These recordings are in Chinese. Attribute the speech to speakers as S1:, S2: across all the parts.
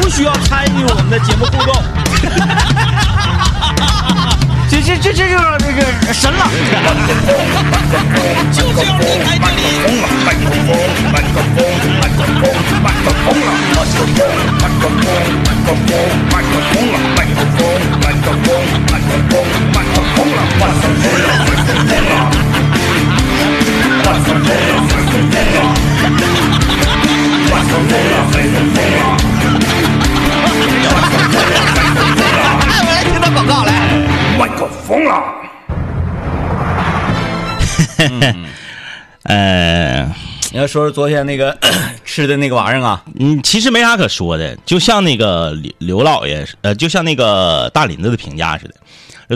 S1: 不需要参与我们的节目互动。
S2: 这这这这就这个神了。
S1: 就是要离开这里。
S2: 哎，我来听段广告来。
S3: 麦克风了。
S4: 呃，
S1: 你要说说昨天那个 吃的那个玩意儿啊，
S4: 嗯，其实没啥可说的，就像那个刘刘老爷，呃，就像那个大林子的评价似的。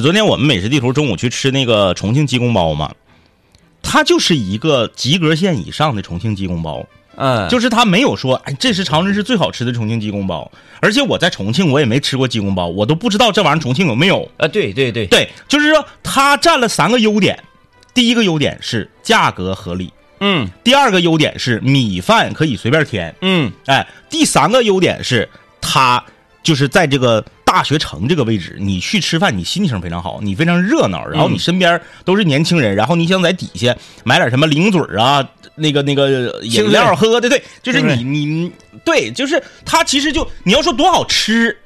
S4: 昨天我们美食地图中午去吃那个重庆鸡公煲嘛，它就是一个及格线以上的重庆鸡公煲，
S1: 嗯，
S4: 就是它没有说，哎，这是长春市最好吃的重庆鸡公煲。而且我在重庆我也没吃过鸡公煲，我都不知道这玩意儿重庆有没有。
S1: 啊，对对对，
S4: 对，就是说它占了三个优点，第一个优点是价格合理，
S1: 嗯
S4: 第二个优点是米饭可以随便添，
S1: 嗯，
S4: 哎，第三个优点是它就是在这个大学城这个位置，你去吃饭，你心情非常好，你非常热闹，然后
S1: 嗯
S4: 你身边都是年轻人，然后你想在底下买点什么零嘴儿啊，那个那个饮料喝的，对，就是
S1: 对
S4: 你你对，就是它其实就你要说多好吃。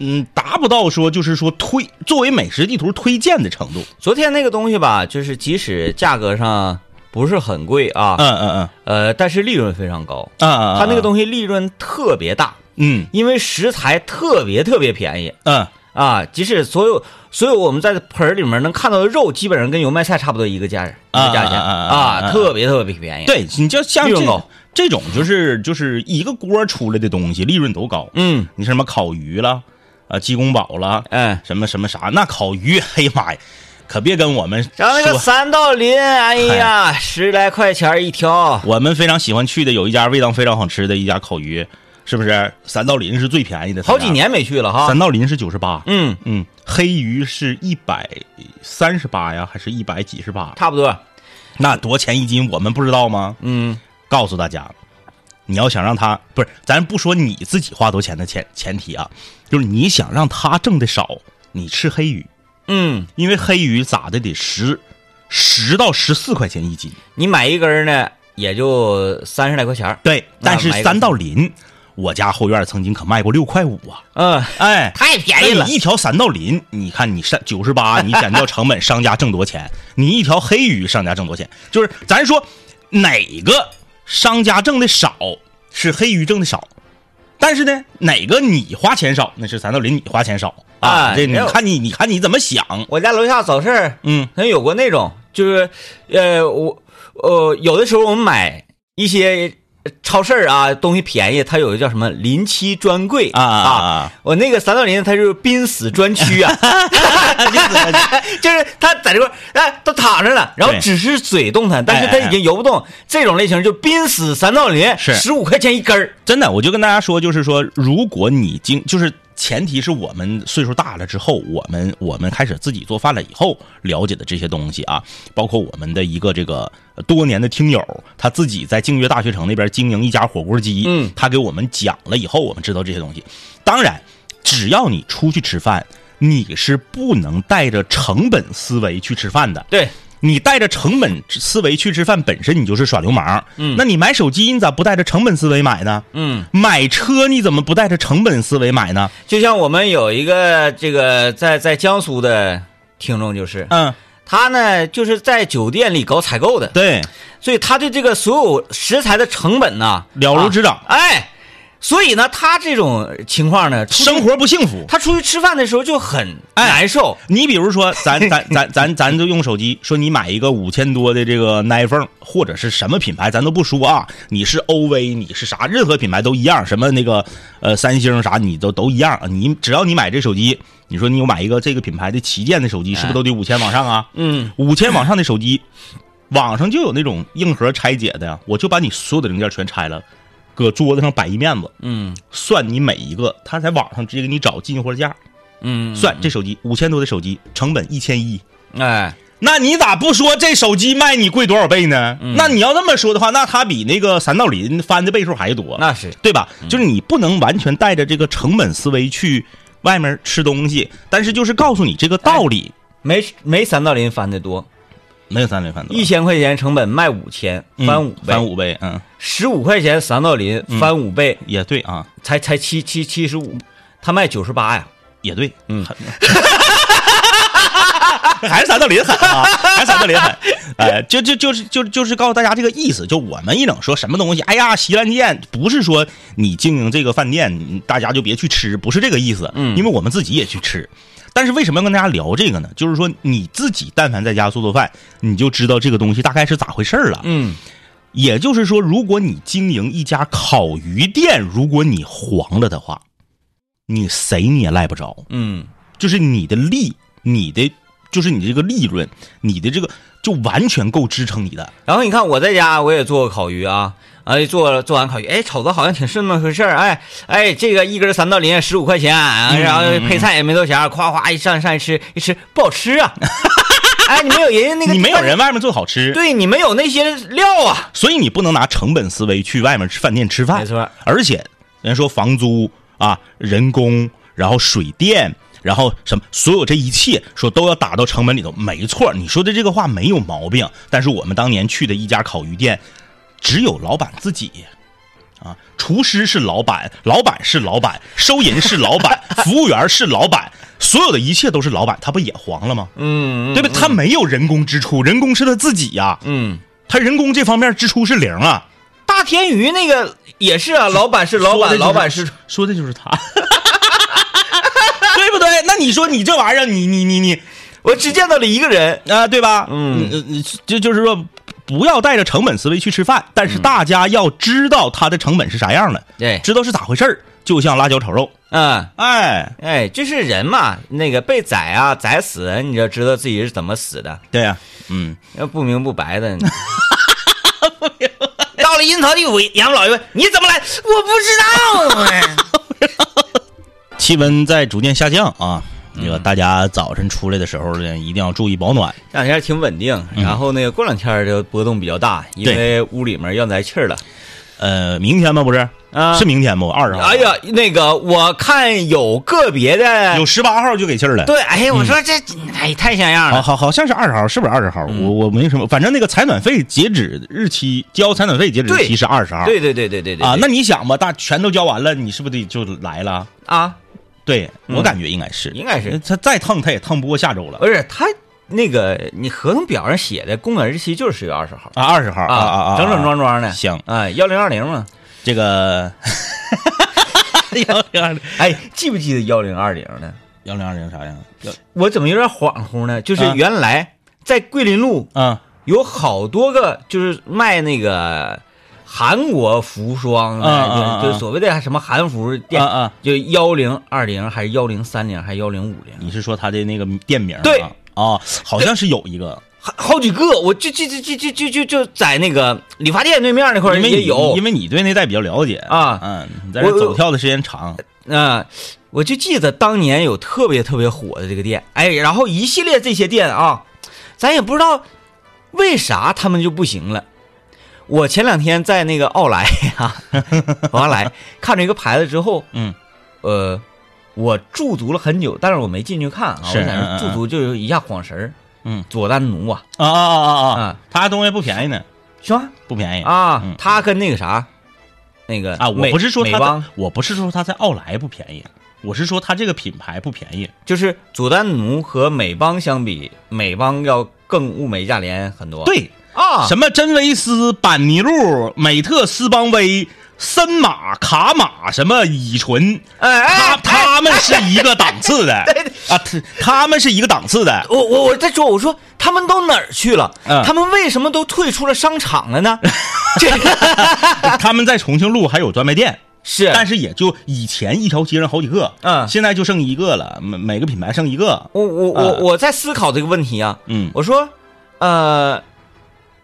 S4: 嗯，达不到说就是说推作为美食地图推荐的程度。
S1: 昨天那个东西吧，就是即使价格上不是很贵啊，
S4: 嗯嗯嗯
S1: 呃，但是利润非常高。
S4: 嗯嗯，
S1: 它那个
S4: 西，
S1: 东西利润特别大，
S4: 嗯
S1: 因为食材特别特别便宜
S4: 嗯
S1: 啊，即使所有所有我们在盆儿里面能看到的肉，基本上跟油麦菜差不多一个价一个价钱
S4: 啊啊啊啊啊
S1: 啊，特别特别便宜。，
S4: 对你就像
S1: 利润
S4: 这
S1: 高
S4: 这种就是就是一个锅出来的东西，利润都高。
S1: 嗯，
S4: 你是什么烤鱼了，啊，鸡公煲了，
S1: 哎，
S4: 什么什么啥？那烤鱼，哎呀妈呀，可别跟我们
S1: 然后那个
S4: 说。
S1: 三道鳞，哎呀，十来块钱一条，
S4: 我们非常喜欢去的有一家味道非常好吃的一家烤鱼，是不是？三道鳞是最便宜的，
S1: 好几。年没去了哈
S4: 三。道鳞是九十八，
S1: 嗯，
S4: 嗯，黑鱼是一百三十八呀，还是一百几十八？
S1: 差不多。
S4: 那多少钱一斤？我们不知道吗？
S1: 嗯，
S4: 告诉大家，你要想让他不是，咱不说你自己花多钱的前前提啊，就是你想让他挣的少，你吃黑鱼，
S1: 嗯，
S4: 因为黑鱼咋的得十十到十四块钱一斤，
S1: 你买一根儿呢，也就三十来块钱儿。
S4: 对，
S1: 那
S4: 但是
S1: 买一个
S4: 三道鳞，我家后院曾经可卖过六块五啊，
S1: 嗯，
S4: 哎。
S2: 太便宜
S4: 那
S2: 了
S4: 你，一条三道鳞，你看你上九十八，你减掉成本，商家挣多钱？ 你一条黑鱼，商家挣多钱？就是咱说哪个商家挣的少，是黑鱼挣的少。但是呢，哪个你花钱少，那是三道鳞你花钱少啊？
S1: 哎
S4: 这你
S1: 没有
S4: 看你，你看你怎么想？
S1: 我家楼下早市儿
S4: 嗯
S1: 可能有过那种，就是，呃，我，呃，有的时候我们买一些超市儿啊，东西便宜，它有一个叫什么临期专柜
S4: 啊啊
S1: 啊。
S4: 啊！
S1: 我那个三道林，它就是濒死专区 啊，哎就是它在这块儿，哎，都躺着呢，然后
S4: 对
S1: 只是嘴动弹，但是
S4: 哎
S1: 它
S4: 哎哎
S1: 已经游不动。这种类型就濒死三道林，
S4: 是
S1: 十五块钱一根儿。
S4: 真的，我就跟大家说，就是说，如果你经就是前提是我们岁数大了之后，我们我们开始自己做饭了以后了解的这些东西啊，包括我们的一个这个呃多年的听友，他自己在净月大学城那边经营一家火锅鸡，
S1: 嗯，
S4: 他给我们讲了以后，我们知道这些东西。当然，只要你出去吃饭，你是不能带着成本思维去吃饭的，
S1: 对，
S4: 你带着成本思维去吃饭，本身你就是耍流氓。嗯，那你买手机你咋不带着成本思维买呢？
S1: 嗯，
S4: 买车你怎么不带着成本思维买呢？
S1: 就像我们有一个这个在在江苏的听众，就是
S4: 嗯，
S1: 他呢，就是在酒店里搞采购的，
S4: 对，
S1: 所以他对这个所有食材的成本呢
S4: 了如指掌
S1: 啊哎，所以呢，他这种情况呢，出去
S4: 生活不幸福。
S1: 他出去吃饭的时候就很
S4: 哎
S1: 难受。
S4: 你比如说，咱咱咱咱咱就用手机说，你买一个五千多的这个 iPhone，或者是什么品牌，咱都不说啊。你是 OV，你是啥，任何品牌都一样，什么那个呃三星啥，你都都一样。你只要你买这手机，你说你有买一个这个品牌的旗舰的手机，是不是都得五千往上啊？
S1: 嗯，
S4: 五千往上的手机，网上就有那种硬核拆解的呀，我就把你所有的零件全拆了，搁桌子上摆一面子，
S1: 嗯
S4: 算你每一个，他在网上直接给你找进货价，
S1: 嗯，
S4: 算这手机五千多的手机成本一千一，
S1: 哎，
S4: 那你咋不说这手机卖你贵多少倍呢？
S1: 嗯
S4: 那你要这么说的话，那它比那个三道林翻的倍数还多，
S1: 那嗯是
S4: 对吧？就是你不能完全带着这个成本思维去外面吃东西，但是就是告诉你这个道理，
S1: 没没三道林翻的多，
S4: 没有三道林翻多，
S1: 一千块钱成本卖五千，
S4: 嗯
S1: 翻五
S4: 翻
S1: 倍，
S4: 五嗯倍，嗯，
S1: 十五块钱三道林翻五倍，
S4: 也对啊，
S1: 才才七七七十五，他卖九十八呀，
S4: 也对，
S1: 嗯
S4: 很， 还是三道林狠啊，还是三道林狠，呃，就就就是就就是告诉大家这个意思，就我们一整说什么东西，哎呀，西兰店不是说你经营这个饭店，你大家就别去吃，不是这个意思，嗯，因为我们自己也去吃。但是为什么要跟大家聊这个呢？就是说你自己但凡在家做做饭，你就知道这个东西大概是咋回事儿了。
S1: 嗯，
S4: 也就是说，如果你经营一家烤鱼店，如果你黄了的话，你谁你也赖不着。
S1: 嗯，
S4: 就是你的利，你的就是你这个利润，你的这个就完全够支撑你的。
S1: 然后你看我在家我也做过烤鱼啊，哎，做做完烤鱼，哎，瞅着好像挺是那么回事儿，哎哎，这个一根三道林十五块钱，啊
S4: 嗯
S1: 然后配菜也没多钱，夸夸一上上一吃一吃不好吃 啊，哎，你没有人家那个
S4: 你没有人外面做好吃，
S1: 对你没有那些料啊，
S4: 所以你不能拿成本思维去外面吃饭店吃饭。
S1: 没错，
S4: 而且人家说房租啊、人工，然后水电，然后什么，所有这一切说都要打到成本里头。没错，你说的这个话没有毛病。但是我们当年去的一家烤鱼店，只有老板自己。啊，厨师是老板，老板是老板，收银是老板，服务员是老板，所有的一切都是老板，他不也黄了吗？
S1: 嗯
S4: 对吧？他没有人工支出，人工是他自己呀、
S1: 嗯，
S4: 他人工这方面支出是零啊。
S1: 大天鱼那个也是啊，老板是老
S4: 说的
S1: 板，
S4: 就是
S1: 老板是
S4: 说的就是他，对不对？那你说你这玩意儿，你你你你
S1: 我只见到了一个人，
S4: 啊、对吧？
S1: 嗯
S4: 呃，呃就就是说，不要带着成本思维去吃饭，但是大家要知道它的成本是啥样的，
S1: 嗯对，
S4: 知道是咋回事儿。就像辣椒炒肉，
S1: 嗯。
S4: 哎，
S1: 哎，就是人嘛，那个被宰啊，宰死，你就知道自己是怎么死的，
S4: 对呀、嗯，
S1: 要不明不白 的。 到了阴曹地府，阎王老爷问你怎么来，我 不知道啊。
S4: 气温在逐渐下降啊。那
S1: 嗯
S4: 个大家早晨出来的时候呢，一定要注意保暖。
S1: 这两天挺稳定，
S4: 嗯
S1: 然后那个过两天就波动比较大，因为屋里面要来气儿了。
S4: 呃，明天吗？不是，
S1: 啊
S4: 是明天不？二十号。
S1: 哎，呀，那个我看有个别的
S4: 有，嗯十八号就给气儿了。
S1: 对，哎呀，我说这，哎，太像样
S4: 好
S1: 了。
S4: 好好像是二十号，是不是二十号？
S1: 嗯
S4: 我我没什么，反正那个采暖费截止日期，交采暖费截止日期
S1: 对
S4: 是二十号。
S1: 对对对对对对
S4: 啊，那你想吧，大全都交完了，你是不是得就来了？
S1: 啊，
S4: 对
S1: 嗯
S4: 我感觉应该是，呃
S1: 应该是
S4: 他再烫他也烫不过下周了
S1: 不是他那个你合同表上写的公款日期就是十月二十号。
S4: 啊，二十号啊啊啊，
S1: 整整
S4: 啊
S1: 装装的，
S4: 行
S1: 哎，幺零二零嘛，
S4: 这 个幺零二零
S1: 哎，记不记得幺零二零呢？
S4: 幺零二零啥样？幺
S1: 我怎么有点恍惚呢？就是
S4: 嗯
S1: 原来在桂林路
S4: 啊
S1: 有好多个，就是卖那个韩国服装
S4: 嗯嗯
S1: 的，就是
S4: 嗯
S1: 就是所谓的什么韩服
S4: 啊
S1: 店，
S4: 啊！
S1: 就幺零二零还是幺零三零还是幺零五零，
S4: 你是说他的那个店名啊？
S1: 对
S4: 啊，好像是有一个，
S1: 好好几个，我就就就就就就就就在那个理发店对面那块儿
S4: 因为
S1: 也
S4: 你
S1: 有，
S4: 因为你对那代比较了解
S1: 啊
S4: 嗯，你在这
S1: 我
S4: 走跳的时间长，
S1: 嗯，我就记得当年有特别特别火的这个店，哎，然后一系列这些店啊，咱也不知道为啥他们就不行了。我前两天在那个奥莱啊， 奥莱看着一个牌子之后，
S4: 嗯，
S1: 呃，我驻足了很久，但是我没进去看啊，我
S4: 是
S1: 在那
S4: 嗯嗯
S1: 驻足就是一下晃神儿，
S4: 嗯，
S1: 佐丹奴啊，
S4: 啊啊啊啊啊
S1: 啊！
S4: 他东西不便宜呢，
S1: 行吧
S4: 不便宜
S1: 啊，
S4: 嗯
S1: 他跟那个啥，那个
S4: 啊！我
S1: 美
S4: 不是说
S1: 美
S4: 他
S1: 邦
S4: 在，我不是说他在奥莱不便宜，我是说他这个品牌不便宜。
S1: 就是佐丹奴和美邦相比，美邦要更物美价廉很多。
S4: 对，
S1: 啊，
S4: 什么真维斯、板尼路、美特斯邦威、森马、卡玛，什么乙醇，
S1: 哎
S4: 他
S1: 哎，哎
S4: 他们是一个档次的啊，他他们是一个档次的。
S1: 我我我在说，我说他们都哪儿去了？
S4: 嗯
S1: 他们为什么都退出了商场了 呢？这
S4: 他们在重庆路还有专卖店，
S1: 是，
S4: 但是也就以前一条街上好几个，
S1: 嗯
S4: 现在就剩一个了，每每个品牌剩一个。
S1: 我我我
S4: 呃
S1: 我在思考这个问题啊。
S4: 嗯
S1: 我说，呃，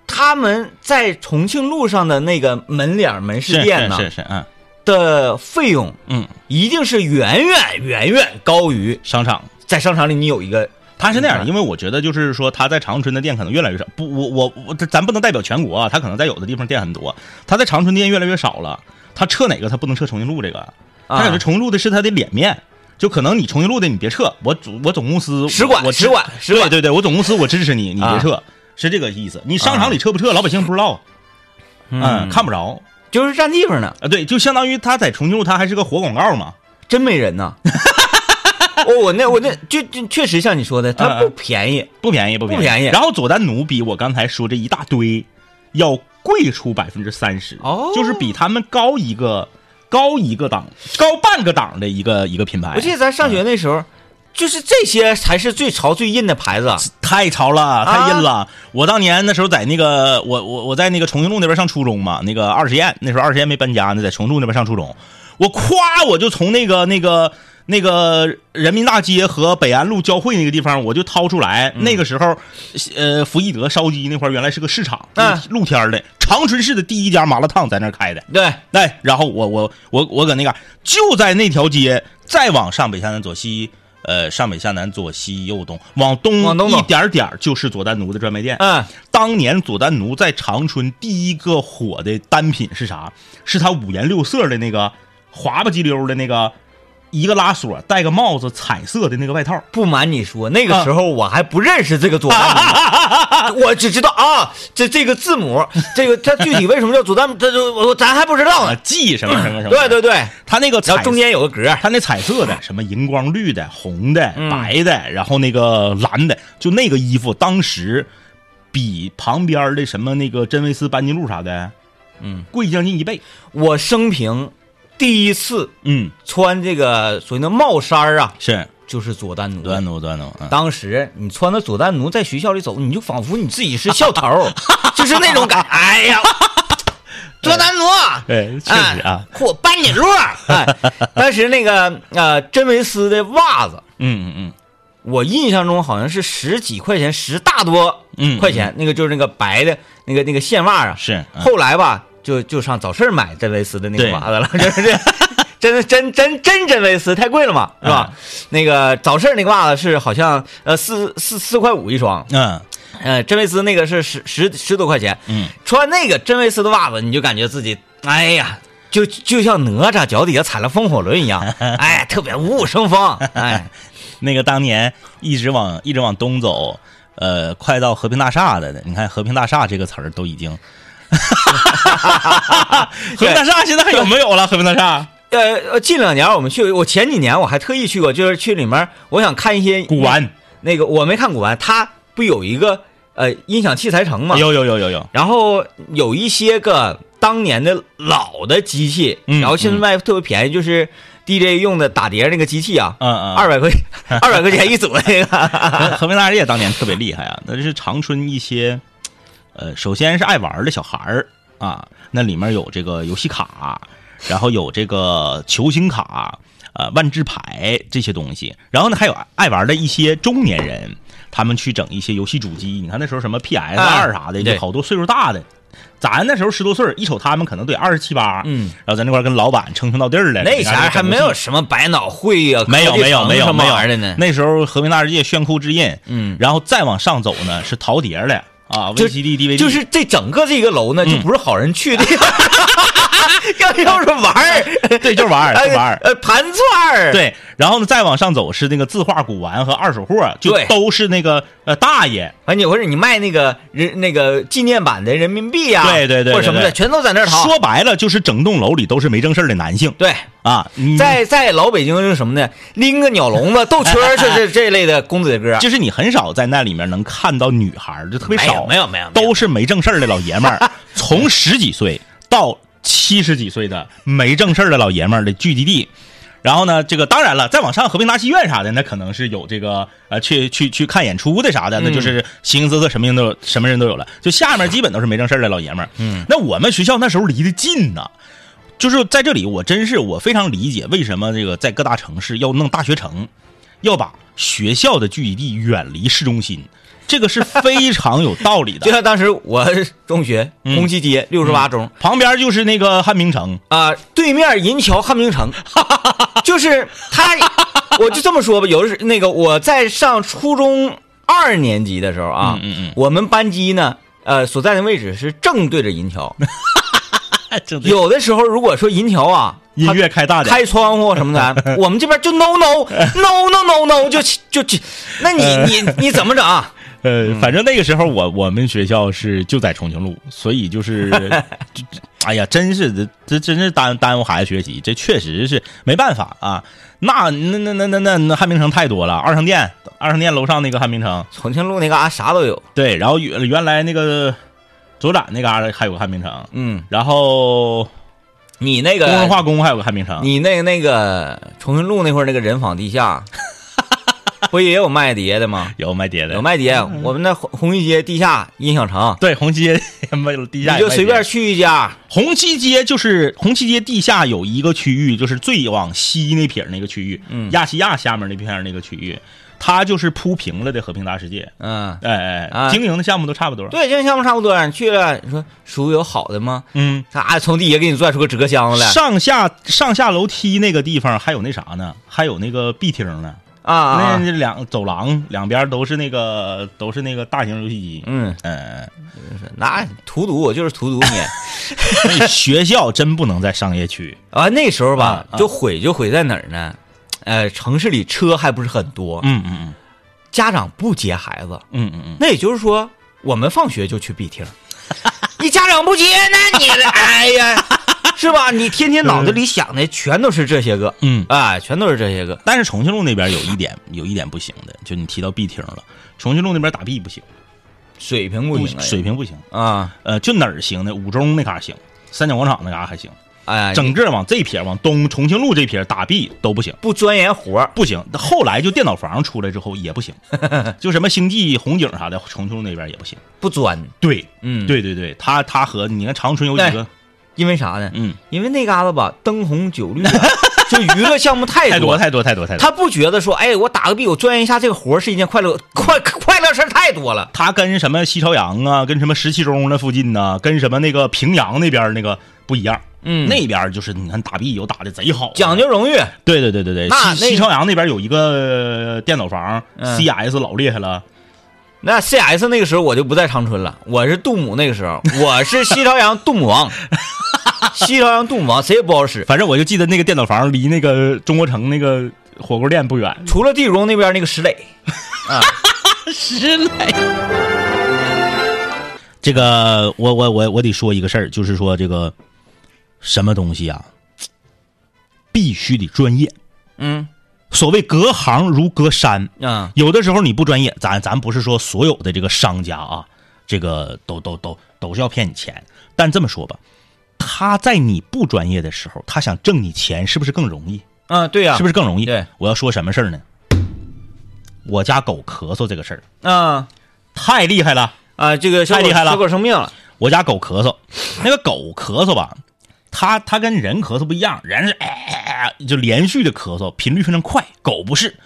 S1: 他们在重庆路上的那个门脸儿门市
S4: 是
S1: 店呢
S4: 是是是，嗯
S1: 的费用，
S4: 嗯，
S1: 一定是远远远远高于
S4: 商场
S1: 在商场里你有一个
S4: 他是那样，
S1: 嗯
S4: 因为我觉得就是说他在长春的店可能越来越少。不，我我我，这咱不能代表全国啊，他可能在有的地方店很多，啊他在长春店越来越少了。他撤哪个？他不能撤重庆路这
S1: 啊
S4: 个，他感觉重庆路的是他的脸面。就可能你重庆路的你别撤，我总我总公司
S1: 使馆
S4: 我
S1: 使馆使
S4: 对
S1: 馆
S4: 对对，我总公司我支持你，你
S1: 啊
S4: 别撤，是这个意思。你商场里撤不撤，老百姓不知道，嗯，看不着
S1: 就是占地方呢，
S4: 啊。对，就相当于他在重庆路，他还是个活广告嘛。
S1: 真没人 呐。哦我我那我那就就确实像你说的，它不
S4: 嗯嗯
S1: 便宜，
S4: 不便宜，不便宜。
S1: 不便宜
S4: 然后佐丹奴比我刚才说这一大堆要贵出百分之三十，
S1: 哦
S4: 就是比他们高一个高一个档，高半个档的一个一个品牌
S1: 我。记得咱上
S4: 嗯
S1: 学那时候，就是这些才是最潮最硬的牌子啊。
S4: 太潮了，太硬了！我当年那时候在那个，我我我在那个重庆路那边上初中嘛，那个二实验，那时候二实验没搬家呢，在重庆路那边上初中，我夸我就从那个那个那个人民大街和北安路交汇那个地方，我就掏出来，那个时候，呃，福义德烧鸡那块儿原来是个市场，
S1: 嗯
S4: 露天儿的，长春市的第一家麻辣烫在那儿开的，
S1: 对，
S4: 哎，然后我我我我搁那嘎、就在那条街，再往上北下南左西，呃，上北下南左西右东，往东
S1: 往东走
S4: 一点儿点儿就是佐丹奴的专卖店。
S1: 嗯，
S4: 当年佐丹奴在长春第一个火的单品是啥？是他五颜六色的那个滑吧唧溜的那个，一个拉锁，戴个帽子，彩色的那个外套。
S1: 不瞒你说，那个时
S4: 嗯
S1: 候我还不认识这个佐丹 奴，我只知道啊，这这个字母，这个它具体为什么叫佐丹奴，这就我咱还不知道
S4: 啊
S1: 呢。，
S4: 记什么什么什
S1: 嗯
S4: 么？
S1: 对对，对，
S4: 他那个
S1: 然后
S4: 彩
S1: 中间有个格儿，
S4: 它那彩色的，什么荧光绿的、红的、
S1: 嗯
S4: 白的，然后那个蓝的，就那个衣服，当时比旁边的什么那个真维斯、班尼路啥的，
S1: 嗯，
S4: 贵将近一倍。
S1: 我生平第一次
S4: 嗯，
S1: 穿这个所谓的帽衫儿啊，
S4: 是
S1: 就是佐丹奴
S4: 端奴端奴，嗯
S1: 当时你穿着佐丹奴在学校里走，你就仿佛你自己是校头 儿，就是那种感。哎呀，佐丹奴，
S4: 对，确实
S1: 哎，
S4: 啊，
S1: 我班你路。哎， 当时那个呃，真维斯的袜子，
S4: 嗯嗯
S1: 我印象中好像是十几块钱，十大多
S4: 嗯嗯，
S1: 块钱，那个就是那个白的那个那个线袜啊。
S4: 是嗯
S1: 后来吧，就就上早市买真维斯的那个
S4: 对
S1: 袜子了，就是这。真的真真真真维斯太贵了嘛，是吧？那个早市那个袜子是好像呃四四四块五一双，
S4: 嗯
S1: 呃真维斯那个是十十十多块钱，
S4: 嗯，
S1: 穿那个真维斯的袜子，你就感觉自己哎呀，就就像哪吒脚底下踩了风火轮一样，哎，特别五五生风，哎，
S4: 那个当年一直往一直往东走，呃，快到和平大厦的了，你看和平大厦这个词儿都已 经。和平大厦现在还有没有了？和平大厦
S1: 呃，呃，近两年我们去，我前几年我还特意去过，就是去里面，我想看一些
S4: 古玩
S1: 那个我没看古玩，它不有一个呃音响器材城嘛？
S4: 有有有有有，
S1: 然后有一些个当年的老的机器，
S4: 嗯
S1: 然后现在特别便宜，就是 DJ 用的打碟那个机器啊，
S4: 嗯嗯，
S1: 二百块二百块钱一组那 个。
S4: 啊和和平大业当年特别厉害啊，那是长春一些，呃，首先是爱玩的小孩儿啊，那里面有这个游戏卡，然后有这个球星卡，呃，万智牌这些东西，然后呢还有爱玩的一些中年人，他们去整一些游戏主机，你看那时候什么 PS 二啥的，
S1: 啊对
S4: 就好多岁数大的。咱那时候十多岁儿，一瞅他们可能得二十七八，
S1: 嗯，
S4: 然后在那块儿跟老板称兄道弟儿了。
S1: 那
S4: 你看
S1: 前儿还
S4: 整游
S1: 没
S4: 戏
S1: 有什么百脑汇呀、
S4: 没有
S1: 科技
S4: 没有
S1: 城
S4: 没有
S1: 什么
S4: 没有
S1: 玩意儿的呢。
S4: 那时候和平大世界炫酷之印，
S1: 嗯
S4: 然后再往上走呢是淘碟儿的啊
S1: 就
S4: ，VCD、DVD，
S1: 就是这整个这个楼呢，
S4: 嗯
S1: 就不是好人去的， 要要是玩 儿，
S4: 对，就是玩儿，就是玩儿。
S1: 呃，盘串儿，，
S4: 对，然后呢，再往上走是那个字画古玩和二手货，就
S1: 对
S4: 都是那个呃大爷，
S1: 完哎你或者你卖那个人那个纪念版的人民币呀、
S4: 对对对对
S1: 或者什么的，
S4: 对
S1: 全都在那儿淘。
S4: 说白了就是整栋楼里都是没正事儿的男性
S1: 对，
S4: 啊，你
S1: 在在老北京就是什么呢？拎个鸟笼 子、斗圈儿，这这这类的公子哥，
S4: 就是你很少在那里面能看到女孩儿，就特别
S1: 啊没有
S4: 少，
S1: 没有没有，
S4: 都是没正事儿的老爷 们儿，从十几岁到七十几岁的没正事儿的老爷们儿的聚集地。然后呢，这个当然了，再往上和平大戏院啥的，那可能是有这个呃，去去去看演出的啥的，那
S1: 嗯
S4: 就是形形色色，什么人都有，什么人都有了。就下面基本都是没正事儿的老爷们儿。嗯，那我们学校那时候离得近呐，就是在这里，我真是我非常理解为什么这个在各大城市要弄大学城，要把学校的聚集地远离市中心，这个是非常有 道理
S1: 就
S4: 的。
S1: 像当时我中学
S4: 嗯
S1: 红旗街六十八中
S4: 旁边就是那个汉明城，
S1: 啊、对面银桥汉明 城，就是他， 我就这么说吧，有的是那个我在上初中二年级的时候啊，
S4: 嗯嗯嗯
S1: 我们班级呢，呃，所在的位置是正对着银桥，
S4: 这得
S1: 有的时候如果说银桥啊，
S4: 音乐开大
S1: 它
S4: 点，
S1: 开窗户什么 的，我们这边就 no no no no no no 就就就，那你你你怎么整啊？
S4: 呃，反正那个时候我我们学校是就在重庆路，所以就是就，就哎呀，真是这这真是耽耽误孩子学习，这确实是没办法啊。那那那那那那那汉明城太多了，二商店二商店楼上那个汉明城，
S1: 重庆路那嘎、达啥都有，
S4: 对，然后原原来那个左展那嘎、达还有个汉明城，
S1: 嗯，
S4: 然后
S1: 你那
S4: 工人
S1: 个
S4: 化工还有个汉明城，
S1: 你那个那个重庆路那块儿那个人坊地 下，不也有卖碟的吗？
S4: 有卖碟的，
S1: 有卖碟，
S4: 嗯
S1: 我们那红红旗街地下音响城，
S4: 对红旗街卖地
S1: 你
S4: 下也
S1: 就
S4: 卖
S1: 随
S4: 碟
S1: 便去一家，
S4: 红旗街就是红旗街地下有一个区域，就是最往西那撇儿那个区域，
S1: 嗯
S4: 亚细亚下面那片儿那个区域，它就是铺平了的和平大世界，
S1: 嗯，
S4: 哎
S1: 啊
S4: 哎，经营的项目都差不多，
S1: 对，这项目差不多。你去了，你说叔有好的吗？
S4: 嗯，
S1: 啥？从地下给你拽出个纸箱子来
S4: 上下上下楼梯那个地方还有那啥呢，还有那个 B 厅呢，
S1: 啊啊！
S4: 那
S1: 啊
S4: 那两走廊两边都是那个都是那个大型游戏机，
S1: 嗯，
S4: 嗯，
S1: 那荼毒我就是荼毒你。
S4: 所以学校真不能在商业区，
S1: 啊，那时候吧
S4: 啊，啊
S1: 就毁就毁在哪儿呢？呃，城市里车还不是很多，
S4: 嗯嗯
S1: 家长不接孩子，
S4: 嗯嗯嗯嗯，
S1: 那也就是说，我们放学就去 B 厅，你家长不接，那你的哎呀，是吧？你天天脑子里想的全都是这些个，
S4: 嗯
S1: 哎，全都是这些个。
S4: 但是重庆路那边有一点，有一点不行的，就你提到 B 厅了，重庆路那边打 B 不行，
S1: 水平不
S4: 不
S1: 行啊，
S4: 水平不行。
S1: 啊，
S4: 呃，就哪儿行呢？五中那嘎行，三角广场那嘎还行，
S1: 哎呀，
S4: 整个往这撇往东重庆路这撇打 B 都不行，
S1: 不钻研活儿
S4: 不行。后来就电脑房出来之后也不 行，就什么星际、红警啥的，重庆路那边也不行。
S1: 不钻，
S4: 对，
S1: 嗯，，哎
S4: 对对对，他他和你看长春有几个，
S1: 因为啥呢？
S4: 嗯，
S1: 因为那嘎达吧，灯红酒 绿啊，就娱乐项目太
S4: 太
S1: 多
S4: 多太多太多太多。
S1: 他不觉得说，哎，我打个比，我钻研一下这个活儿是一件快乐快 快乐事儿太多了。
S4: 他跟什么西朝阳啊，跟什么十七中那附近呢、跟什么那个平阳那边那个不一样。
S1: 嗯
S4: 那边就是你看打 B 有打的贼好啊，
S1: 讲究荣誉，
S4: 对对对对对，
S1: 那
S4: 西
S1: 那
S4: 西朝阳那边有一个呃电脑房、
S1: 嗯
S4: c s 老厉害了，
S1: 那 CS 那个时候我就不在长春了，我是杜母那个时候，我是西朝阳杜母 王，西朝阳杜母王谁也不好使，
S4: 反正我就记得那个电脑房离那个中国城那个火锅店不远。
S1: 除了地主公那边那个石磊，
S4: 这个我我我我得说一个事儿，就是说这个什么东西啊，必须得专业。
S1: 嗯
S4: 所谓隔行如隔山，
S1: 啊
S4: 有的时候你不专业，咱咱不是说所有的这个商家啊，这个都都都都是要骗你钱。但这么说吧，他在你不专业的时候，他想挣你钱，是不是更容易？
S1: 啊，对呀、
S4: 是不是更容易？
S1: 对，
S4: 我要说什么事儿呢？我家狗咳嗽这个事儿
S1: 是啊
S4: 太厉害了，
S1: 啊，这个小
S4: 太
S1: 狗
S4: 厉害了
S1: 小狗生病了，
S4: 我家狗咳嗽，那个狗咳嗽吧，它它跟人咳嗽不一样，人是哎哎哎就连续的咳嗽，频率非常快，狗不是，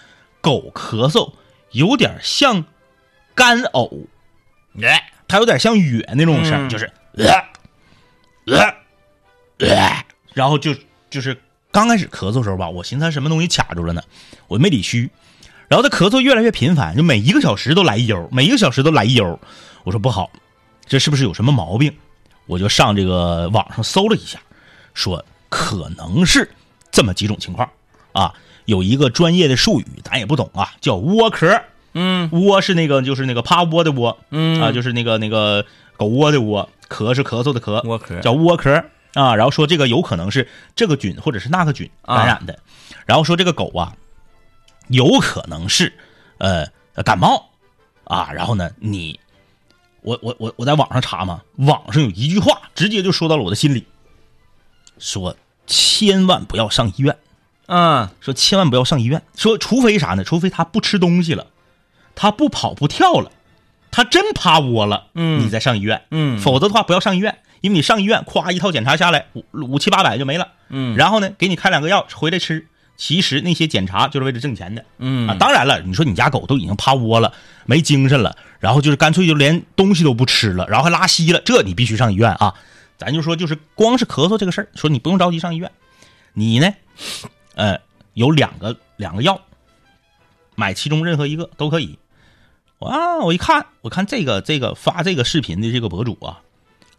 S4: 狗咳嗽有点像干呕，哎，它有点像哕那种
S1: 嗯
S4: 声，就是呃呃呃，然后就就是刚开始咳嗽的时候吧，我寻思它什么东西卡住了呢，我没理虚。然后它咳嗽越来越频繁，就每一个小时都来一悠，每一个小时都来一悠。我说不好，这是不是有什么毛病？我就上这个网上搜了一下，说可能是这么几种情况啊。有一个专业的术语，咱也不懂啊，叫窝壳。
S1: 嗯
S4: 窝是那个就是那个趴窝的窝，
S1: 嗯
S4: 啊，就是那个那个狗窝的窝，咳是咳嗽的咳，
S1: 窝壳
S4: 叫窝壳啊。然后说这个有可能是这个菌或者是那个菌
S1: 啊
S4: 感染的，然后说这个狗啊，有可能是呃感冒啊。然后呢，你我我我我在网上查嘛，网上有一句话直接就说到了我的心里，说千万不要上医院。
S1: 嗯
S4: 说千万不要上医院，说除非啥呢？除非他不吃东西了，他不跑不跳了，他真趴窝了，
S1: 嗯
S4: 你再上医院，
S1: 嗯
S4: 否则的话不要上医院，因为你上医院，夸一套检查下来五五七八百就没了，
S1: 嗯
S4: 然后呢，给你开两个药回来吃，其实那些检查就是为了挣钱的，
S1: 嗯
S4: 啊，当然了，你说你家狗都已经趴窝了，没精神了，然后就是干脆就连东西都不吃了，然后还拉稀了，这你必须上医院啊！咱就说就是光是咳嗽这个事儿，说你不用着急上医院，你呢，呃，有两个两个药，买其中任何一个都可以。哇，我一看，我看这个这个发这个视频的这个博主啊，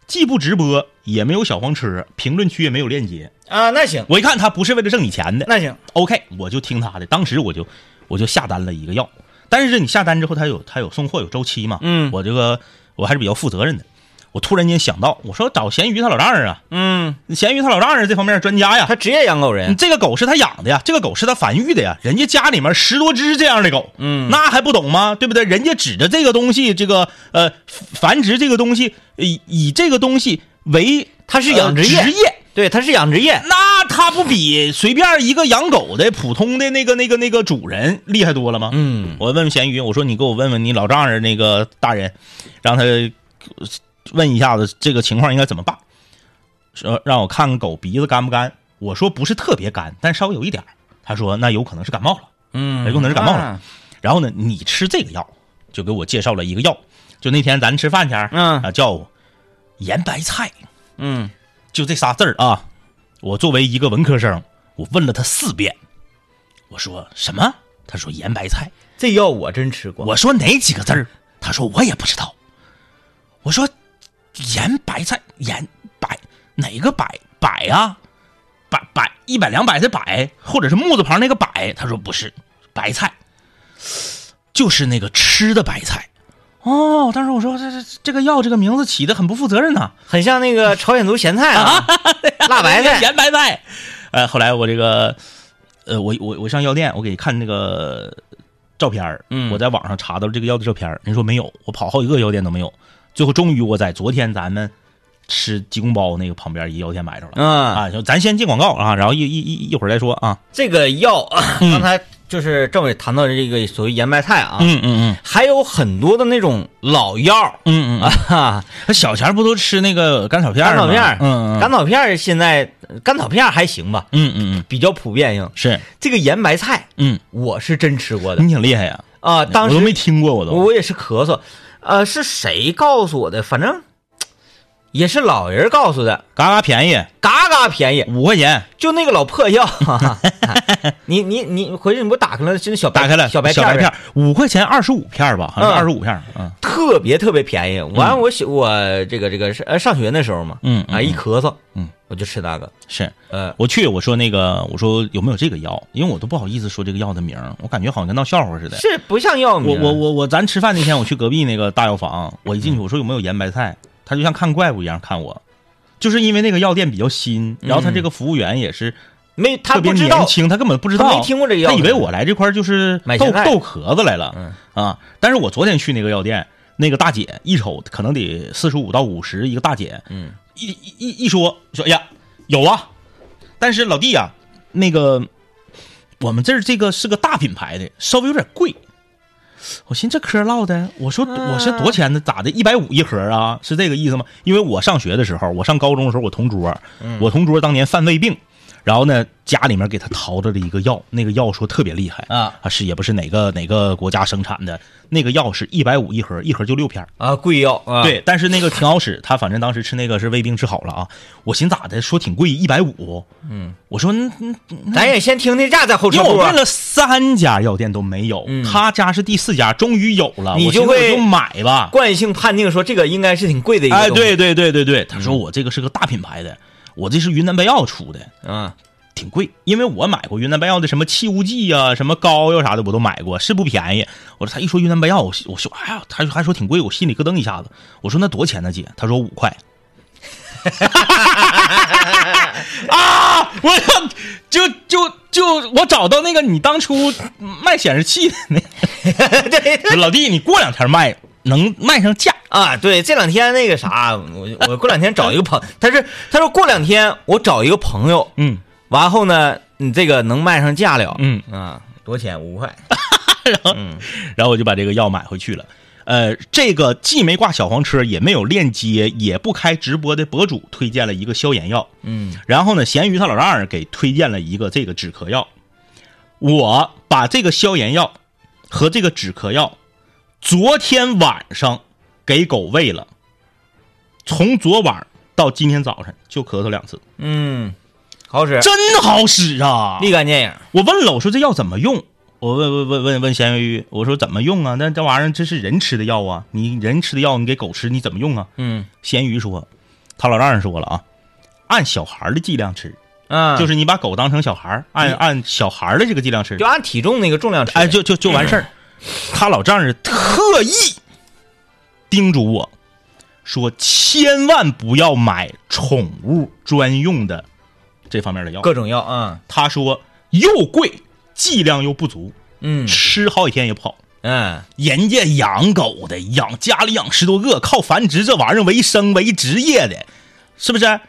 S4: 既不直播，也没有小黄车，评论区也没有链接。
S1: 啊，那行
S4: 我一看他不是为了挣你钱的，
S1: 那行，
S4: OK，我就听他的，当时我就我就下单了一个药，但是你下单之后，他有他有送货有周期嘛，
S1: 嗯
S4: 我这个我还是比较负责任的。我突然间想到，我说找咸鱼他老丈人啊，
S1: 嗯，
S4: 咸鱼他老丈人这方面专家呀，
S1: 他职业养狗人
S4: 你，这个狗是他养的呀，这个狗是他繁育的呀，人家家里面十多只这样的狗，
S1: 嗯
S4: 那还不懂吗？对不对？人家指着这个东西，这个呃繁殖这个东西，以以这个东西为
S1: 他是养殖业
S4: 呃职业
S1: 对，他是养殖业，
S4: 那他不比随便一个养狗的普通的那个那个那个主人厉害多了吗？
S1: 嗯
S4: 我问问咸鱼，我说你给我问问你老丈人那个大人，让他呃问一下子这个情况应该怎么办。说让我看看狗鼻子干不干，我说不是特别干，但稍微有一点儿他说那有可能是感冒了。
S1: 嗯
S4: 有可能是感冒了
S1: 啊
S4: 然后呢，你吃这个药，就给我介绍了一个药，就那天咱吃饭前儿，
S1: 嗯
S4: 啊，叫盐白菜。
S1: 嗯，
S4: 就这仨字儿啊，我作为一个文科生，我问了他四遍，我说什么？他说盐白菜。
S1: 这药我真吃过，
S4: 我说哪几个字儿？他说我也不知道。我说盐白菜盐白哪个白白啊？百百一百两百的百，或者是木字旁那个百？他说不是，白菜，就是那个吃的白菜。哦，当时我说这这这个药这个名字起的很不负责任呐、
S1: 很像那 个朝鲜族咸菜啊， 辣白菜，
S4: 盐白菜。呃，后来我这个，呃，我我我上药店，我给看那个照片儿
S1: 嗯
S4: 我在网上查到这个药的照片儿人说没有，我跑好几个药店都没有，最后终于我在昨天咱们吃鸡公煲那个旁边一药店买着了。
S1: 嗯，
S4: 啊，就咱先进广告啊，然后一一一一会儿再说啊。
S1: 这个药啊，刚才就是政委谈到的这个所谓盐白菜啊，
S4: 嗯嗯
S1: 还有很多的那种老药
S4: 嗯嗯
S1: 啊
S4: 啊，
S1: 哈，
S4: 他小前儿不都吃那个甘草片儿
S1: 甘
S4: 吗
S1: 草片儿，
S4: 嗯嗯
S1: 甘草片儿现在甘草片儿还行吧，
S4: 嗯嗯嗯，
S1: 比较普遍性。
S4: 是，
S1: 这个盐白菜
S4: 嗯，
S1: 我是真吃过的
S4: 你挺厉害呀，
S1: 啊，当
S4: 我都没
S1: 时
S4: 听过，我都。
S1: 我也是咳嗽，呃，是谁告诉我的？反正也是老人告诉的，
S4: 嘎嘎便宜，
S1: 嘎嘎便宜，
S4: 五块钱，
S1: 就那个老破 药，哈哈你你你回去你不打开了，就那小白
S4: 打开了
S1: 小白
S4: 小白
S1: 片
S4: 片
S1: 儿
S4: 儿，五块钱二十五片儿吧，好像是二十
S1: 嗯
S4: 五片儿。嗯
S1: 特别特别便宜。完我小我这个这个是呃上学那时候嘛，
S4: 嗯
S1: 啊
S4: 嗯
S1: 一咳嗽，
S4: 嗯，
S1: 我就吃那个，
S4: 是
S1: 呃
S4: 我去，我说那个，我说有没有这个药？因为我都不好意思说这个药的名儿，我感觉好像跟闹笑话似的。
S1: 是不像药
S4: 我
S1: 名，
S4: 我我我，咱吃饭那天我去隔壁那个大药房，我一进去我说有没有盐白菜，
S1: 嗯
S4: 他就像看怪物一样看我，就是因为那个药店比较新，然后他
S1: 嗯
S4: 这个服务员也是
S1: 没他
S4: 特别
S1: 不知
S4: 年
S1: 道，
S4: 轻，他根本不知
S1: 他
S4: 道，
S1: 没听过这个药
S4: 他以为
S1: 可能
S4: 我来这块儿就是
S1: 买
S4: 豆
S1: 咸菜
S4: 豆壳子来了，
S1: 嗯
S4: 啊！但是我昨天去那个药店，那个大姐一瞅可能得四十五到五十，一个大姐，
S1: 嗯，
S4: 一一一一说说，哎呀，有啊，但是老弟啊呀、那个我们这儿这个是个大品牌的，稍微有点贵。我寻思这嗑唠的，我说
S1: 嗯
S4: 我是多少钱的？咋的？一百五一盒啊？是这个意思吗？因为我上学的时候，我上高中的时候，我同桌，
S1: 嗯
S4: 我同桌当年犯胃病，然后呢，家里面给他淘着了一个药，那个药说特别厉害
S1: 啊
S4: 是也不是哪个哪个国家生产的，那个药是一百五一盒，一盒就六片儿。
S1: 啊贵药啊，
S4: 对，但是那个挺好使，他反正当时吃那个是胃病治好了啊。我寻咋的，说挺贵，一百五。嗯，我说嗯嗯
S1: 咱也先听听价再后
S4: 因
S1: 说
S4: 为我
S1: 不
S4: 问了三家药店都没有，
S1: 嗯
S4: 他家是第四家，终于有了，
S1: 你
S4: 我寻
S1: 就
S4: 思我
S1: 会
S4: 就买吧。
S1: 惯性判定说这个应该是挺贵的一个
S4: 哎，
S1: 东西，
S4: 对对对对对，他说我这个是个大品牌的，我这是云南白药出的，
S1: 嗯
S4: 挺贵，因为我买过云南白药的什么气雾剂啊、什么膏药啥的，我都买过，是不便宜。我说他一说云南白药，我心我说哎呀，他还说挺贵，我心里咯噔一下子。我说那多少钱呢，姐？他说五块。啊！我就就就就我找到那个你当初卖显示器的那个
S1: 对对
S4: 老弟，你过两天卖能卖上价。
S1: 啊，对，这两天那个啥，我我过两天找一个 朋，他是他说过两天我找一个朋友，
S4: 嗯，
S1: 完后呢，你这个能卖上价了，
S4: 嗯
S1: 啊，多少钱？五块，
S4: 然后我就把这个药买回去了。呃，这个既没挂小黄车，也没有链接，也不开直播的博主推荐了一个消炎药，
S1: 嗯
S4: 然后呢，咸鱼他老丈人给推荐了一个这个止咳药。我把这个消炎药和这个止咳药，昨天晚上给狗喂了，从昨晚到今天早晨就咳嗽两次，
S1: 嗯，好使，
S4: 真好使啊！
S1: 立竿见影。
S4: 我问了，我说这药怎么用？我问问问问问咸鱼，我说怎么用啊？那这玩意儿这是人吃的药啊，你人吃的药你给狗吃你怎么用啊？
S1: 嗯
S4: 咸鱼说，他老丈人说了啊，按小孩儿的剂量吃，
S1: 嗯，
S4: 就是你把狗当成小孩儿，按
S1: 嗯
S4: 按小孩儿的这个剂量吃
S1: 就，按体重那个重量吃。
S4: 哎，就就就完事儿。他老丈人特意叮嘱我说，千万不要买宠物专用的这方面的药。
S1: 各种药啊，
S4: 他说又贵，剂量又不足，
S1: 嗯
S4: 吃好几天也不好。
S1: 嗯
S4: 人家养狗的，养家里养十多个，靠繁殖这玩意儿为生为职业的，是不是？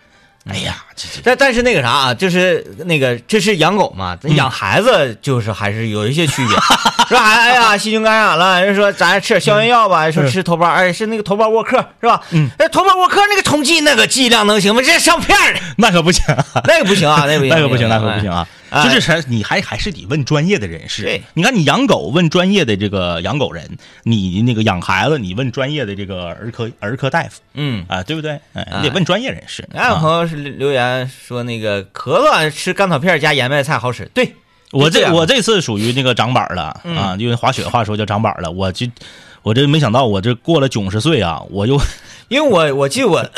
S4: 哎呀，这这
S1: 但但是那个啥啊，就是那个这是养狗嘛，养孩子就是还是有一些区别。 说哎哎呀，细菌感染了，人说咱吃点消炎药吧，说吃头孢，哎是那个头孢沃克是吧？嗯，哎头孢沃克那个冲剂那个剂量能行吗？这上片儿的，
S4: 那可不行啊，
S1: 那个不行啊，那个不行，
S4: 那可不行，那可不行啊！
S1: 哎
S4: 就是啥，你还还是得问专业的人士
S1: 对。
S4: 你看，你养狗问专业的这个养狗人，你那个养孩子，你问专业的这个儿科儿科大夫
S1: 嗯。
S4: 啊，对不对？哎，你
S1: 哎
S4: 得问专业人士。
S1: 哎，有
S4: 啊
S1: 朋友是留留言说那个咳嗽吃甘草片加盐麦菜好使，对
S4: 我
S1: 就这
S4: 这
S1: 样嗯
S4: 我这次属于那个长板儿了、啊，因为滑雪话说叫长板儿了，我就我这没想到，我这过了九十岁啊， 我又
S1: 因为我我记得我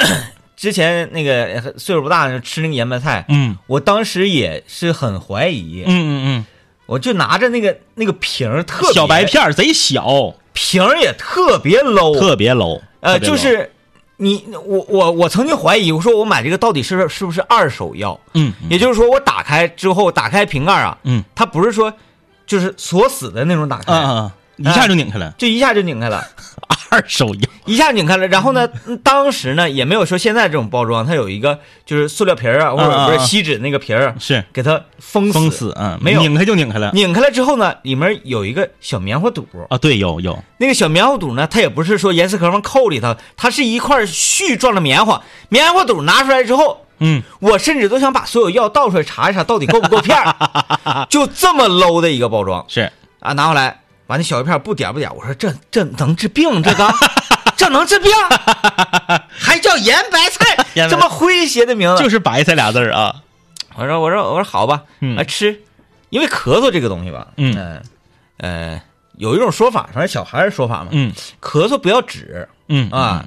S1: 之前那个岁数不大吃那个盐白菜，
S4: 嗯
S1: 我当时也是很怀疑，
S4: 嗯嗯
S1: 我就拿着那个那个瓶儿特别
S4: 嗯，小白片儿贼小，
S1: 瓶儿也特别 low，
S4: 特别 low，
S1: 呃
S4: 特别 low
S1: 就是你我我我曾经怀疑，我说我买这个到底是是不是二手药？
S4: 嗯嗯
S1: 也就是说我打开之后打开瓶盖啊，
S4: 嗯
S1: 它不是说就是锁死的那种打开，
S4: 啊啊，一下就拧开了，
S1: 就一下就拧开了。
S4: 二手药，
S1: 哎一下拧开了，然后呢，嗯当时呢也没有说现在这种包装，它有一个就是塑料皮儿啊，或
S4: 嗯
S1: 者
S4: 嗯
S1: 不是
S4: 嗯
S1: 锡纸那个皮儿，啊
S4: 是
S1: 给它封
S4: 封死，嗯，
S1: 没有
S4: 拧开就拧开了
S1: 拧开了之后呢，里面有一个小棉花肚，
S4: 啊，对，有有，
S1: 那个小棉花肚呢，它也不是说严丝合缝扣里头，它是一块絮状的棉花，棉花肚拿出来之后。
S4: 嗯，
S1: 我甚至都想把所有药倒出来查一查，到底够不够片 儿，就这么 low 的一个包装
S4: 是
S1: 啊！拿回来，把那小一片儿不点儿不点儿，我说这这能治病？这个这能 治病？还叫盐白菜
S4: 盐白菜
S1: 这么诙谐的名字？
S4: 就是白菜俩字儿啊，
S1: 我说我说我说好吧，
S4: 嗯
S1: 啊吃，因为咳嗽这个东西吧，
S4: 嗯
S1: 呃呃有一种说法，反正小孩儿说法嘛，
S4: 嗯
S1: 咳嗽不要止
S4: 嗯
S1: 啊，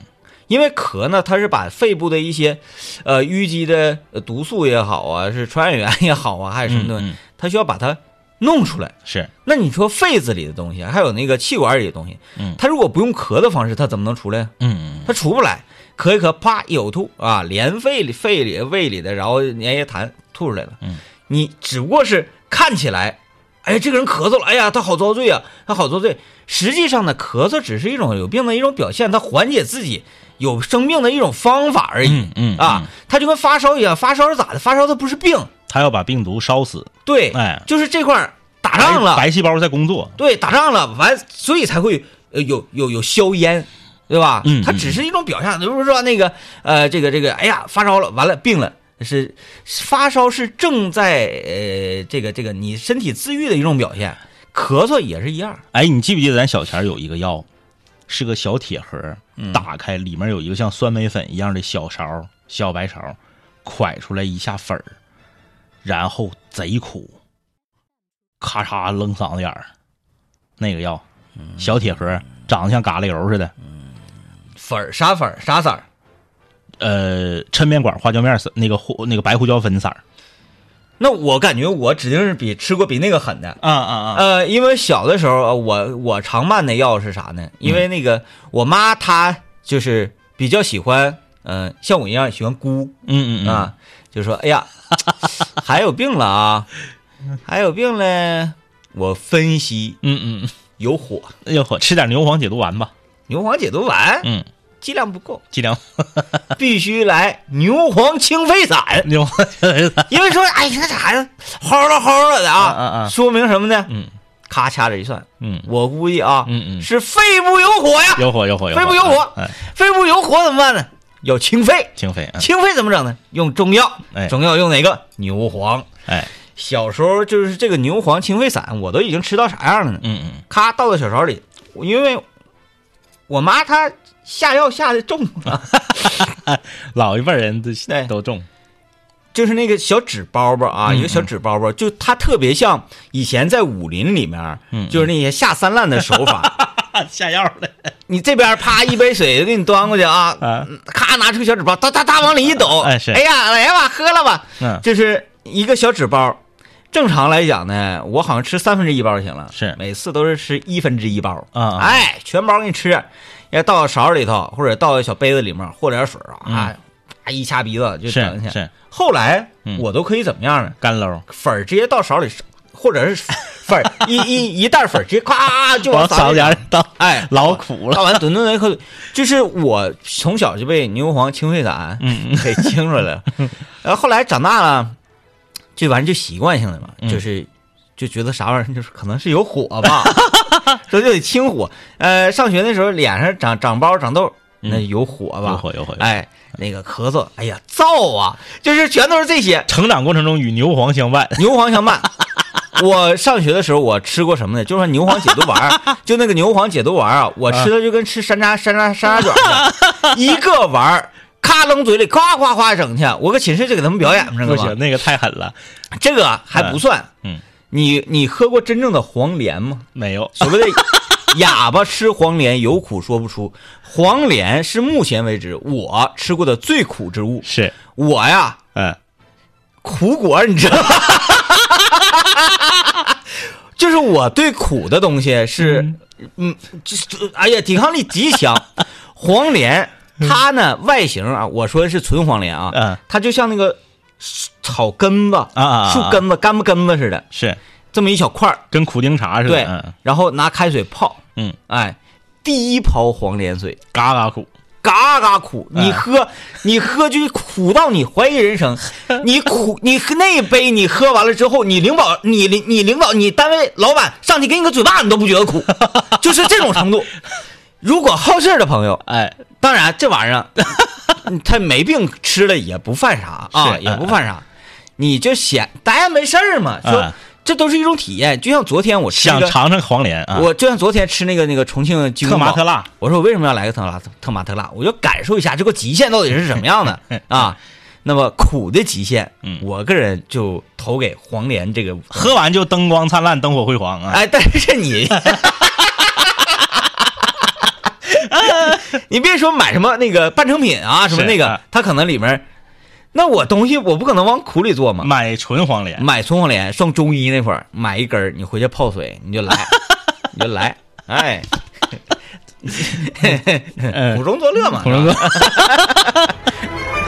S1: 因为咳呢，它是把肺部的一些呃淤积的呃毒素也好啊，是传染源也好啊，还是什么东西，
S4: 嗯嗯
S1: 它需要把它弄出来。
S4: 是
S1: 那你说肺子里的东西，还有那个气管里的东西，
S4: 嗯
S1: 它如果不用咳的方式，它怎么能出来啊？
S4: 嗯嗯
S1: 它出不来，咳一咳，啪一呕吐啊，连肺里、肺里、胃里的，然后粘液痰吐出来了。
S4: 嗯，
S1: 你只不过是看起来，哎呀，这个人咳嗽了，哎呀，他好遭罪啊，他好遭罪。实际上呢，咳嗽只是一种有病的一种表现，它缓解自己有生病的一种方法而已。
S4: 嗯嗯
S1: 啊，，它就跟发烧一样，发烧是咋的？发烧它不是病，
S4: 他要把病毒烧死，
S1: 对，
S4: 哎
S1: 就是这块儿打仗了，
S4: 白白细胞在工作，
S1: 对，打仗了，完，所以才会呃有有有硝烟，对吧？
S4: 嗯
S1: 它只是一种表象，就是说那个呃，这个这个，哎呀，发烧了，完了病了。是发烧是正在呃这个这个你身体自愈的一种表现，咳嗽也是一样。
S4: 哎，你记不记得咱小前儿有一个药，是个小铁盒儿，打开里面有一个像酸梅粉一样的小勺儿，小白勺儿，蒯出来一下粉儿，然后贼苦，咔嚓扔嗓子眼儿，那个药，小铁盒儿长得像嘎啦油似的，
S1: 粉儿啥粉儿啥色儿
S4: 呃，抻面馆儿花椒面儿色那个胡那个白胡椒粉色儿，
S1: 那我感觉我指定是比吃过比那个狠的。
S4: 啊啊啊，
S1: 呃，因为小的时候，呃我我常拌的药是啥呢？因
S4: 嗯
S1: 为那个、我妈她就是比较喜欢，呃，像我一样喜欢菇，
S4: 嗯嗯嗯，
S1: 啊，就说哎呀， 还有病了 啊，还有病嘞。我分析
S4: 嗯嗯，
S1: 有火，
S4: 哎呦呵，吃点牛黄解毒丸吧，
S1: 牛黄解毒丸
S4: 嗯，
S1: 剂量不 够，
S4: 剂量
S1: 必须来牛黄清肺散。
S4: 哎牛黄解毒丸，
S1: 因为说哎，你看这孩子齁了齁了的啊，
S4: 啊啊啊
S1: 说明什么呢？
S4: 嗯
S1: 咔掐指一算，
S4: 嗯
S1: 我估计啊，
S4: 嗯嗯
S1: 是肺部有火呀，
S4: 有火有火有火，
S1: 肺部有火
S4: 哎，
S1: 肺部有火怎么办呢？要清肺，
S4: 清肺，嗯
S1: 清肺怎么整呢？用中药
S4: 哎，
S1: 中药用哪个？牛黄。
S4: 哎，
S1: 小时候就是这个牛黄清肺散，我都已经吃到啥样了呢？
S4: 嗯嗯，
S1: 咔倒到小勺里，我因为我妈她下药下的重啊，
S4: 老一辈人都
S1: 对
S4: 都中，
S1: 就是那个小纸包包啊，
S4: 嗯
S1: 一个小纸包包，就它特别像以前在武林里面，
S4: 嗯
S1: 就是那些下三滥的手法。
S4: 下药了
S1: 你这边啪一杯水给你端过去啊，
S4: 啊，
S1: 咔拿出小纸包，哒哒哒往里一抖，
S4: 哎是
S1: 呀来吧喝了吧，
S4: 嗯
S1: 就是一个小纸包。正常来讲呢，我好像吃三分之一包就行了，
S4: 是
S1: 每次都是吃一分之一包
S4: 啊啊
S1: 哎，全包给你吃，要倒勺里头，或者倒小杯子里面，和点水啊，啊一掐鼻子就是整去。
S4: 嗯是
S1: 后来、
S4: 嗯
S1: 我都可以怎么样呢？
S4: 干搂，
S1: 粉儿直接倒勺里，或者是粉儿一一一袋粉儿直接咵就往
S4: 往
S1: 勺
S4: 嗓
S1: 里
S4: 子眼
S1: 倒
S4: 儿倒，
S1: 哎，
S4: 老苦了，
S1: 倒完吨吨的一口水，就是我从小就被牛黄清肺散
S4: 嗯
S1: 给清出来了，然后后来长大了，这玩意儿就习惯性的嘛，
S4: 嗯
S1: 就是就觉得啥玩意儿就是可能是有火 吧，所以就得清火。呃，上学那时候脸上长长包长痘，那有火吧？
S4: 嗯有火有火有火
S1: 哎，那个咳嗽，哎呀燥啊，就是全都是这些
S4: 成长过程中与牛黄相伴，
S1: 牛黄相伴。 我上学的时候，我吃过什么呢？就是牛黄解毒丸 儿，就那个牛黄解毒丸儿啊，我吃的就跟吃山楂、山楂、山楂卷儿似的， 一个丸儿，咔扔嘴里，夸夸夸整去。我搁寝室就给他们表演上了
S4: 不
S1: 嘛
S4: 行，。那个太狠了，
S1: 这个还不算，
S4: 嗯，
S1: 你你喝过真正的黄连吗？
S4: 没有，
S1: 所 谓的哑巴吃黄连，有苦说不出。黄连是目前为止我吃过的最苦之物。
S4: 是，
S1: 我呀，
S4: 嗯，
S1: 苦果，你知道吗？ 就是我对苦的东西是，嗯，就是就哎呀，抵抗力极 强。黄连它呢外形啊，我说的是纯黄连啊，
S4: 嗯
S1: 它就像那个草根子
S4: 啊啊啊
S1: 树根子、干巴根子似的，
S4: 是
S1: 这么一小块儿，
S4: 跟苦丁茶似的，
S1: 对，
S4: 嗯
S1: 然后拿开水泡，
S4: 嗯，
S1: 哎，第一泡黄连水，
S4: 嘎嘎苦，
S1: 嘎嘎苦，
S4: 哎
S1: 你喝，你喝就苦到你怀疑人 生，你苦，你喝那杯你喝完了之后，你领导，你领，你领导，你单位老板上去给你个嘴巴，你都不觉得 苦，就是这种程度。如果好事儿的朋友，
S4: 哎，
S1: 当然这玩意 儿他没病吃了也不犯啥啊，
S4: 是嗯
S1: 也不犯啥，你就显待着没事儿嘛，说
S4: 嗯
S1: 这都是一种体验，就像昨天我吃
S4: 想
S1: 一个
S4: 尝尝黄连啊，
S1: 我就像昨天吃那个那个重庆鸡
S4: 特
S1: 公
S4: 麻
S1: 煲，
S4: 特辣，
S1: 我说我为什么要来个特麻特麻特辣？我就感受一下这个极限到底是什么样 的啊？那么苦的极限，
S4: 嗯
S1: 我个人就投给黄连这 个。
S4: 喝完就灯光灿烂，灯火辉煌啊，
S1: 哎，但是 你，你别说买什么那个半成品啊，什么
S4: 是
S1: 那个
S4: 啊，
S1: 它可能里面，那我东西我不可能往苦里做嘛。
S4: 买纯黄 连，
S1: 买葱黄连，上中医那会儿买一根儿，你回去泡水，你就 来，你就来，哎，
S4: 嗯
S1: 嗯苦中作乐嘛。
S4: 苦中作
S1: 是吧